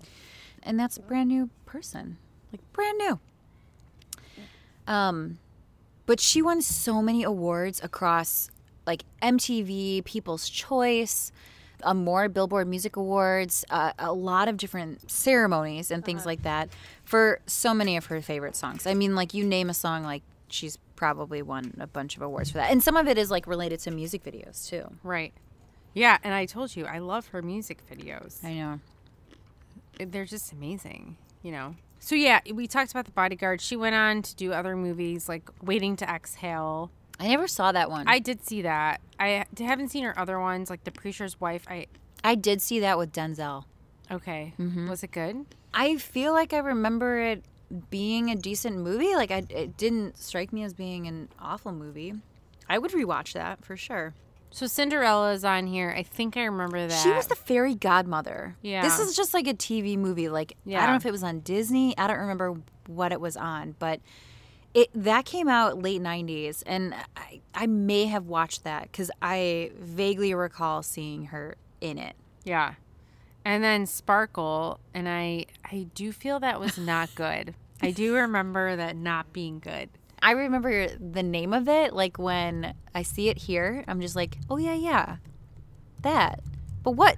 And that's a brand new person. Like brand new. Um but she won so many awards across like MTV, People's Choice, um, more Billboard Music Awards, uh, a lot of different ceremonies and things like that for so many of her favorite songs. I mean, like you name a song, like she's probably won a bunch of awards for that, and some of it is like related to music videos too.
Right. Yeah, and I told you I love her music videos.
I know.
They're just amazing, you know. So yeah, we talked about the bodyguard. She went on to do other movies like Waiting to Exhale.
I never saw that one.
I did see that. I d- haven't seen her other ones like The Preacher's Wife. I
I did see that with Denzel.
okay.
Mm-hmm.
Was it good?
I feel like I remember it being a decent movie. Like I, it didn't strike me as being an awful movie. I would rewatch that for sure.
So Cinderella's on here. I think I remember that.
She was the fairy godmother.
Yeah.
This is just like a TV movie. Like I don't know
Yeah.
if it was on Disney. I don't remember what it was on, but it that came out late '90s, and I I may have watched that because I vaguely recall seeing her in it.
Yeah. And then Sparkle, and I I do feel that was not good. I do remember that not being good.
I remember the name of it. Like when I see it here, I'm just like, oh yeah, yeah, that. But what?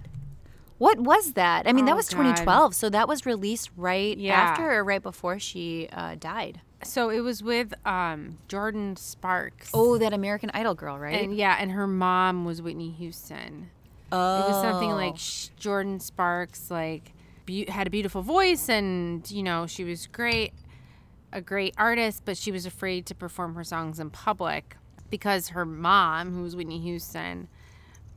What was that? I mean, that
Oh,
was
God.
2012, so that was released right
Yeah.
after or right before she uh, died.
So it was with um Jordan Sparks.
Oh, that American Idol girl, right?
and yeah, and her mom was Whitney Houston.
oh,
It was something like sh- Jordan Sparks like be- had a beautiful voice and you know, she was great, a great artist, but she was afraid to perform her songs in public because her mom, who was Whitney Houston,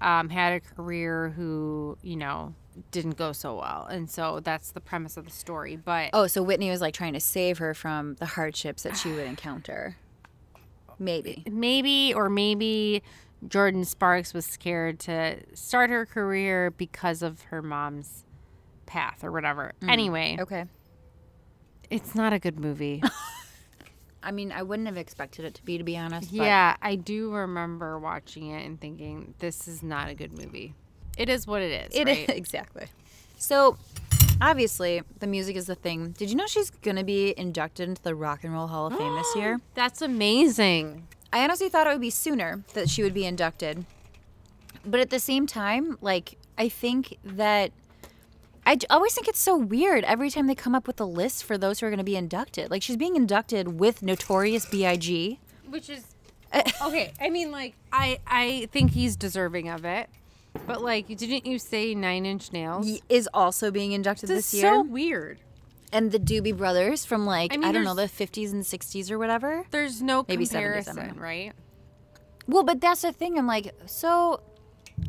um, had a career who, you know, didn't go so well. And so that's the premise of the story, but
oh, so Whitney was like trying to save her from the hardships that she would encounter. Maybe.
maybe or maybe Jordan Sparks was scared to start her career because of her mom's path or whatever.
Mm.
Anyway,
Okay.
it's not a good movie.
I mean, I wouldn't have expected it to be, to be honest. but-
yeah, I do remember watching it and thinking this is not a good movie. It is what it is.
It is
right?
exactly. So, obviously, the music is the thing. Did you know she's gonna be inducted into the Rock and Roll Hall of Fame this year?
That's amazing.
I honestly thought it would be sooner that she would be inducted, but at the same time, like I think that I j- always think it's so weird every time they come up with a list for those who are going to be inducted. Like she's being inducted with Notorious B.I.G.
which is okay. I mean, like I I think he's deserving of it, but like, didn't you say Nine Inch Nails?
He is also being inducted
This
this,
is
year,
so weird.
and the Doobie Brothers from like
I
I,
mean,
don't know the
there's-
50s and 60s or whatever.
There's no
Maybe 70s, I don't
comparison,
know.
right?
Well, but that's the thing. I'm like, so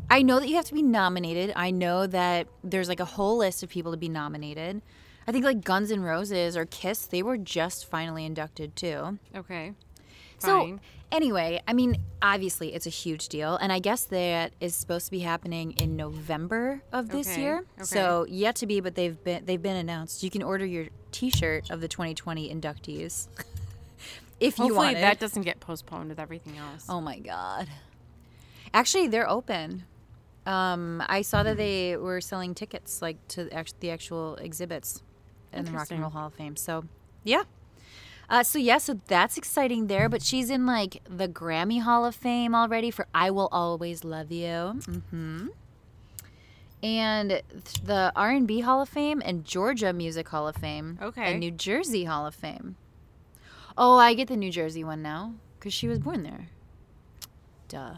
I know that you have to be nominated. I know that there's like a whole list of people to be nominated. I think like Guns N' Roses or Kiss, they were just finally inducted too.
Okay. Fine.
So anyway, I mean, obviously it's a huge deal, and I guess that is supposed to be happening in November of this
Okay,
year.
okay.
So yet to be, but they've been they've been announced. You can order your T-shirt of the 2020 inductees if you
Hopefully
want it.
that doesn't get postponed with everything else.
Oh my god. Actually, they're open. Um, I saw that they were selling tickets like to the act- the actual exhibits in the Rock
Interesting.
and Roll Hall of Fame. So, yeah. Uh, so yeah, so that's exciting there. But she's in like the Grammy Hall of Fame already for "I Will Always Love You," hmm and th- the R and B Hall of Fame and Georgia Music Hall of Fame.
Okay.
And New Jersey Hall of Fame. Oh, I get the New Jersey one now because she was born there. Duh.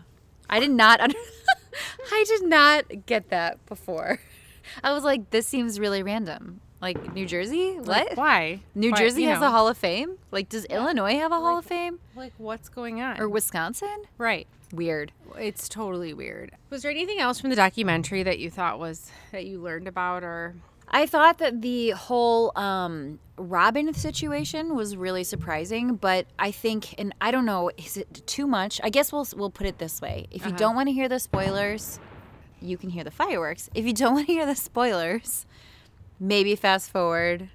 I did not under- I did not get that before. I was like, this seems really random. Like New Jersey? What?
Why?
New
Why-
Jersey
you
has
know,
a Hall of Fame? Like, does Illinois have a Hall of Fame?
Like, what's going on?
Or Wisconsin?
right.
Weird.
It's totally weird. Was there anything else from the documentary that you thought was that you learned about or
I thought that the whole um, Robin situation was really surprising, but I think, and I don't know, is it too much? I guess we'll we'll put it this way: if you don't want to hear the spoilers, you can hear the fireworks. If you don't want to hear the spoilers, maybe fast forward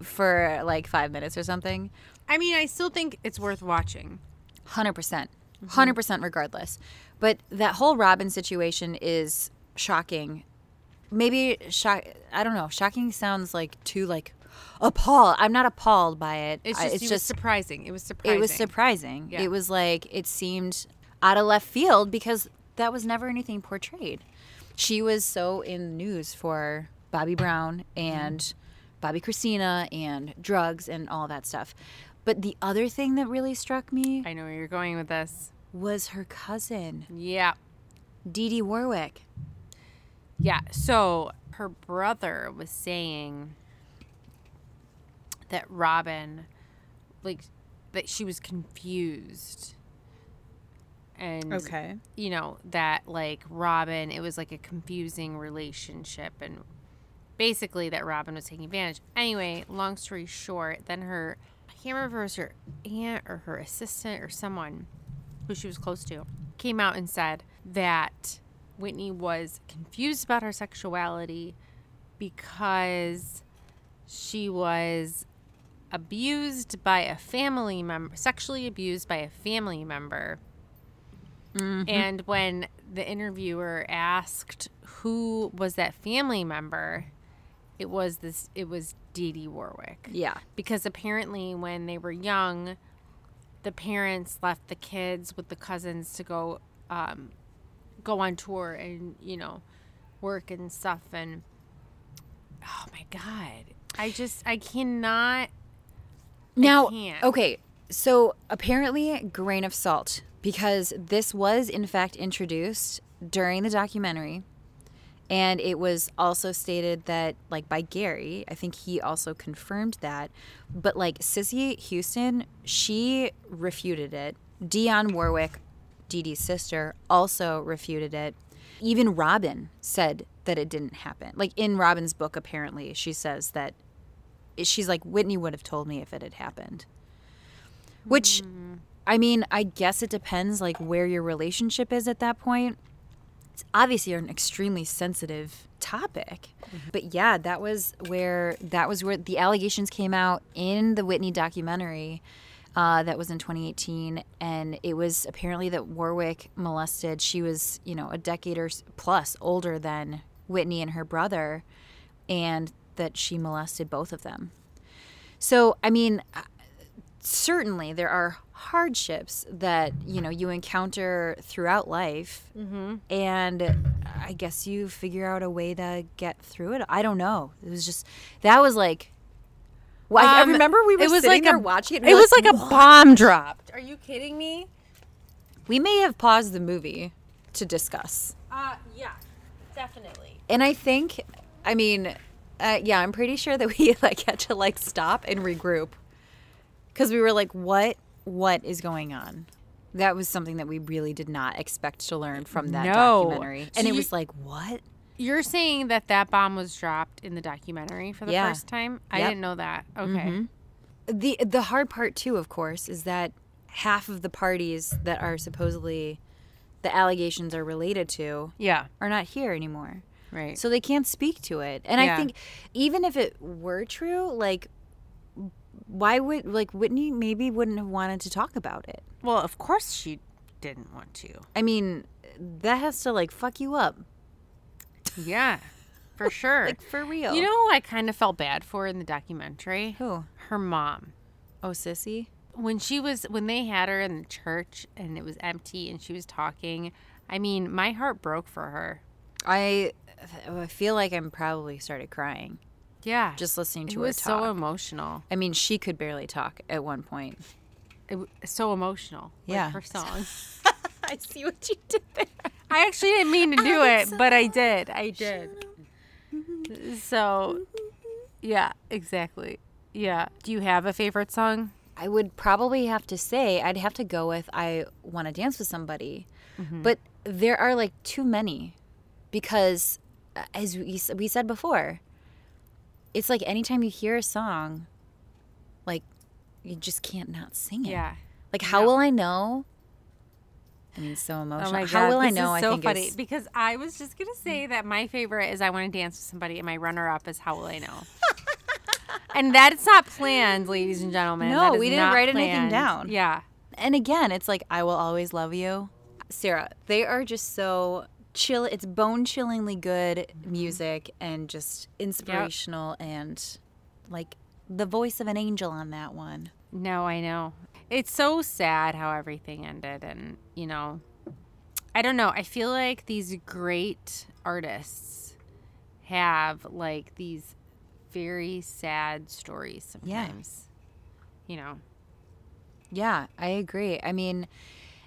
for like five minutes or something.
I mean, I still think it's worth watching.
Hundred percent,
Mm-hmm.
hundred percent, regardless. But that whole Robin situation is shocking. Maybe shock. I don't know. Shocking sounds like too like appalled. I'm not appalled by it.
It's
I-
just, it was surprising. It was surprising.
it was surprising.
Yeah.
It was like it seemed out of left field because that was never anything portrayed. She was so in the news for Bobby Brown
Mm-hmm.
and Bobby Christina and drugs and all that stuff. But the other thing that really struck me
I know where you're going with this.
was her cousin,
Yeah.
Dee Dee Warwick.
Yeah. So her brother was saying that Robin, like, that she was confused. And, you know, that, like, Robin, it was like a confusing relationship. And basically, that Robin was taking advantage. Anyway, long story short, then her, I can't remember if it was her aunt or her assistant or someone who she was close to, came out and said that Whitney was confused about her sexuality because she was abused by a family member, sexually abused by a family member. And when the interviewer asked who was that family member, it was this. It was Dee Dee Warwick
Yeah.
because apparently when they were young the parents left the kids with the cousins to go um, go on tour and you know work and stuff and oh my god i just i cannot
Now,
can't.
okay, so apparently, grain of salt, because this was in fact introduced during the documentary. And it was also stated that, like, by Gary, I think he also confirmed that. But, like, Sissy Houston, she refuted it. Dionne Warwick, Dee Dee's sister, also refuted it. Even Robin said that it didn't happen. Like, in Robin's book, apparently, she says that she's like Whitney would have told me if it had happened. Which I mean, I guess it depends like where your relationship is at that point. It's obviously an extremely sensitive topic. But yeah, that was where that was where the allegations came out in the Whitney documentary. Uh, that was in 2018, and it was apparently that Warwick molested. She was, you know, a decade or s- plus older than Whitney and her brother, and that she molested both of them. So, I mean, uh, certainly there are hardships that you know you encounter throughout life
Mm-hmm.
and i guess you figure out a way to get through it i don't know it was just that was like well, I-
Um,
I remember we were
it was
sitting
like
there
a,
watching it. and
It
we're
was like a
"What?"
bomb dropped. Are you kidding me?
We may have paused the movie to discuss.
Uh, yeah, definitely.
And I think, I mean, uh, yeah, I'm pretty sure that we like had to like stop and regroup because we were like, what, what is going on? That was something that we really did not expect to learn from that
No.
documentary, and
So
it
you-
was like, what?
You're saying that that bomb was dropped in the documentary for the
Yeah.
first time? I
Yep.
didn't know that. Okay.
the The hard part too, of course, is that half of the parties that are supposedly the allegations are related to
Yeah.
are not here anymore.
Right.
So they can't speak to it. And
Yeah.
I think even if it were true, like why would like Whitney maybe wouldn't have wanted to talk about it.
well, of course she didn't want to.
I mean, that has to like fuck you up.
Yeah, for sure.
Like for real.
You know who I kind of felt bad for in the documentary?
who?
Her mom.
Oh, sissy.
When she was when they had her in the church and it was empty and she was talking, I mean, my heart broke for her.
I oh, I feel like I'm probably started crying
Yeah.
just listening
it
to her
was
talk.
so emotional.
I mean, she could barely talk at one point.
It was so emotional. like
Yeah.
her song.
I see what you did there.
I actually didn't mean to do it, but I did. I did. So, yeah, exactly. Yeah. Do you have a favorite song?
I would probably have to say I'd have to go with I want to dance with somebody,
Mm-hmm.
but there are like too many because, uh, as we, s- we said before, it's like anytime you hear a song, like you just can't not sing it.
Yeah.
Like how will I know? I mean, so emotional.
Oh my god!
how will I
this
know?
Is so
I think
funny
is-
because I was just gonna say that my favorite is "I Want to Dance with Somebody" and my runner-up is "How Will I Know." and that's not planned, ladies and gentlemen.
No,
That is
we didn't
not
write anything
planned.
down.
Yeah,
and again, it's like I will always love you, Sarah. They are just so chill. It's bone chillingly good music and just inspirational and like the voice of an angel on that one.
no, I know. It's so sad how everything ended, and you know, I don't know. I feel like these great artists have like these very sad stories
Yeah.
sometimes. You know,
Yeah, I agree. I mean,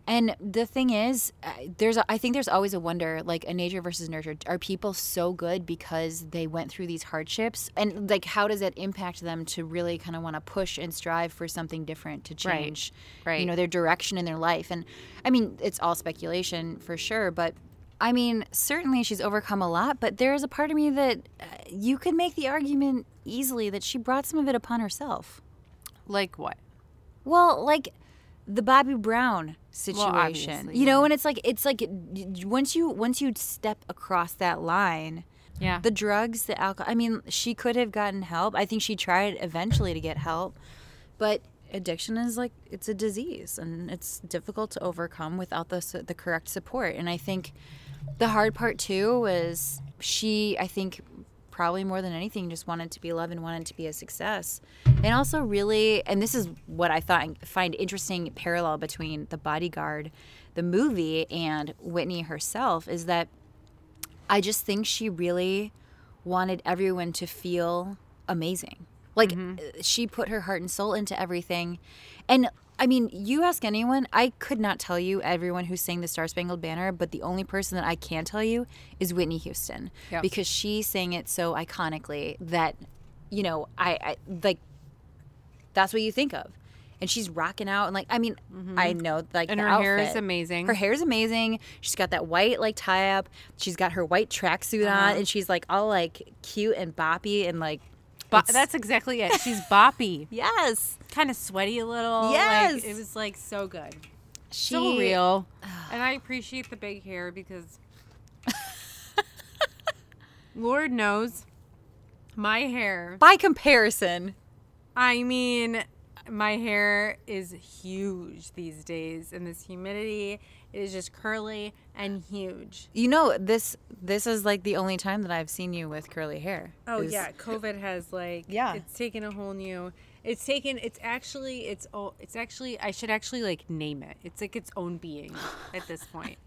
and the thing is, I- there's a, I think there's always a wonder like a nature versus nurture. Are people so good because they went through these hardships, and like how does that impact them to really kind of want to push and strive for something different to
Right.
change,
Right.
You know, their direction in their life. And I mean, it's all speculation for sure, but. I mean, certainly she's overcome a lot, but there is a part of me that uh, you could make the argument easily that she brought some of it upon herself.
like what?
Well, like the Bobby Brown situation,
obviously,
you know, and it's like it's like y- y- once you once you step across that line,
Yeah.
the drugs, the alcohol. I mean, she could have gotten help. I think she tried eventually to get help, but addiction is like it's a disease and it's difficult to overcome without the su- the correct support. And I think the hard part too was she. I think probably more than anything just wanted to be loved and wanted to be a success and also really and this is what i thought find interesting parallel between the bodyguard the movie and whitney herself is that I just think she really wanted everyone to feel amazing. Like
Mm-hmm.
she put her heart and soul into everything. And I mean, you ask anyone, I could not tell you everyone who sang the Star Spangled Banner, but the only person that I can tell you is Whitney Houston
Yeah.
because she sang it so iconically that, you know, I, I like that's what you think of. And she's rocking out and like I mean I know like
Mm-hmm. And
the
her hair is
outfit.
amazing.
Her hair's amazing. She's got that white like tie up. She's got her white tracksuit
Uh-huh.
on and she's like all like cute and boppy and like
Bo- that's exactly it. She's boppy,
yes.
kind of sweaty a little. like,
Yes.
it was like so good,
She
so real. And I appreciate the big hair because, Lord knows, my hair.
by comparison.
I mean, my hair is huge these days in this humidity. It is just curly and huge.
You know this this is like the only time that I've seen you with curly hair.
Oh
is-
yeah, COVID has like
Yeah.
it's taken a whole new. It's taken. It's actually. It's. Oh. It's actually. I should actually like name it. It's like its own being at this point.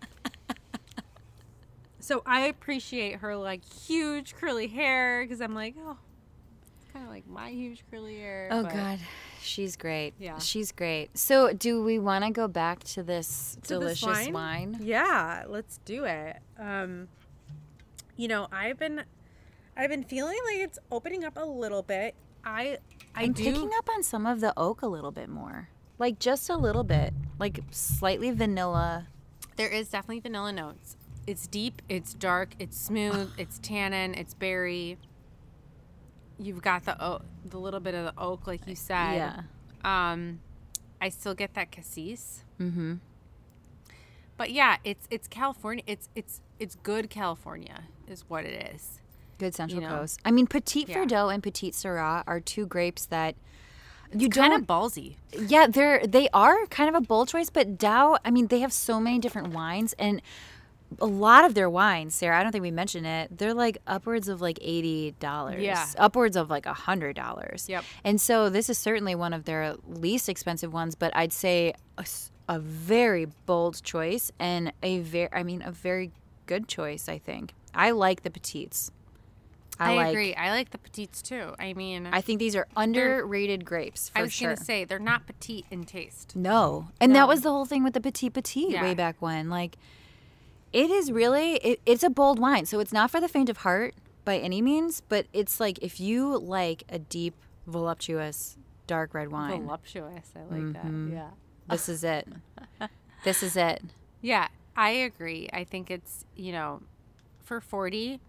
so I appreciate her like huge curly hair because I'm like, oh, it's kind of like my huge curly hair.
Oh
but-
God, she's great.
Yeah.
she's great. So, do we want to go back to this
to this
delicious wine?
Yeah, let's do it. Um, you know, I've been, I've been feeling like it's opening up a little bit. I, I
I'm
do.
picking up on some of the oak a little bit more, like just a little bit, like slightly vanilla.
There is definitely vanilla notes. It's deep. It's dark. It's smooth. it's tannin. It's berry. You've got the oak, the little bit of the oak, like you said.
Yeah,
Um, I still get that cassis. Mm-hmm. But yeah, it's it's California. It's it's it's good California is what it is.
good Central
know.
Coast. I mean, Petit
Yeah.
Verdot and Petit Syrah are two grapes that you
Kind
don't
of ballsy.
Yeah, they're they are kind of a bold choice, but Dow, I mean, they have so many different wines and a lot of their wines, Sarah, I don't think we mentioned it, they're like upwards of like eighty dollars.
Yeah.
Upwards of like a hundred dollars.
Yep.
And so this is certainly one of their least expensive ones, but I'd say a, s- a very bold choice and a very I mean a very good choice, I think. I like the petites.
I,
like
agree. I like the petites too. I mean,
I think these are underrated grapes for
I was
sure.
gonna say they're not petite in taste.
No. And that was the whole thing with the Petit Petit
Yeah.
way back when. Like, it is really, it, it's a bold wine. So it's not for the faint of heart by any means, but it's like if you like a deep, voluptuous, dark red wine,
Voluptuous. I like
Mm-hmm.
that. Yeah.
this is it. This is it.
Yeah, I agree. I think it's you know, for forty,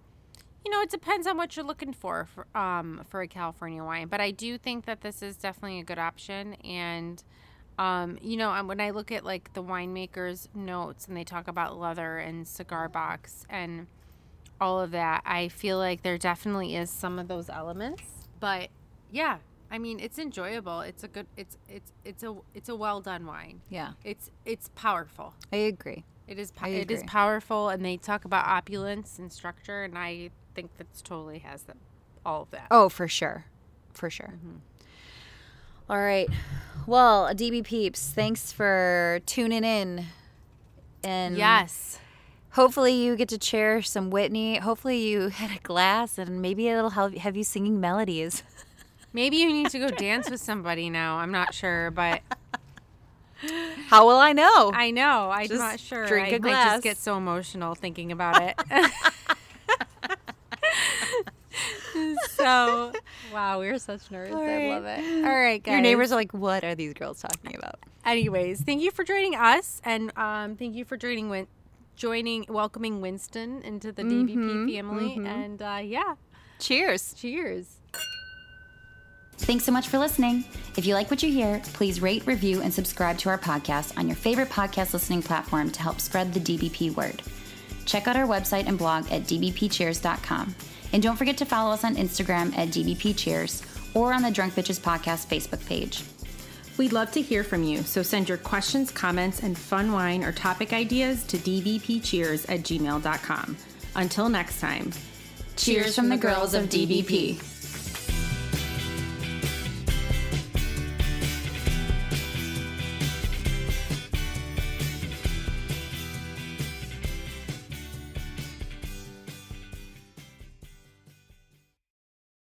you know, it depends on what you're looking for for um for a California wine. But I do think that this is definitely a good option and. Um, you know, and when I look at like the winemakers' notes and they talk about leather and cigar box and all of that, I feel like there definitely is some of those elements. But yeah, I mean, it's enjoyable. It's a good. It's it's it's a it's a well done wine.
Yeah.
It's it's powerful.
I agree.
It is po-
I
it is
agree.
powerful, and they talk about opulence and structure, and I think that's totally has them all of that.
Oh, for sure. For sure.
Mm-hmm.
All right. Well, DB Peeps, thanks for tuning in. And
yes,
Hopefully, you get to share some Whitney. Hopefully, you had a glass and maybe it'll help have you singing melodies.
maybe you need to go dance with somebody now. I'm not sure, but
How will I know?
I know I'm
Just
not sure.
drink
I
a
might
glass.
just get so emotional thinking about it. so wow, we're such nerds. I love it. All right, guys.
Your neighbors are like, what are these girls talking about?
Anyways, thank you for joining us, and um, thank you for joining Win- joining welcoming Winston into the
Mm-hmm,
DBP family. And uh, yeah,
Cheers.
cheers.
Thanks so much for listening. If you like what you hear, please rate, review, and subscribe to our podcast on your favorite podcast listening platform to help spread the DBP word. Check out our website and blog at dbpcheers.com. And don't forget to follow us on Instagram at dbpcheers or on the Drunk Bitches Podcast Facebook page.
We'd love to hear from you, so send your questions, comments, and fun wine or topic ideas to dvpcheers at gmail.com. Until next time,
Cheers from the girls of DBP.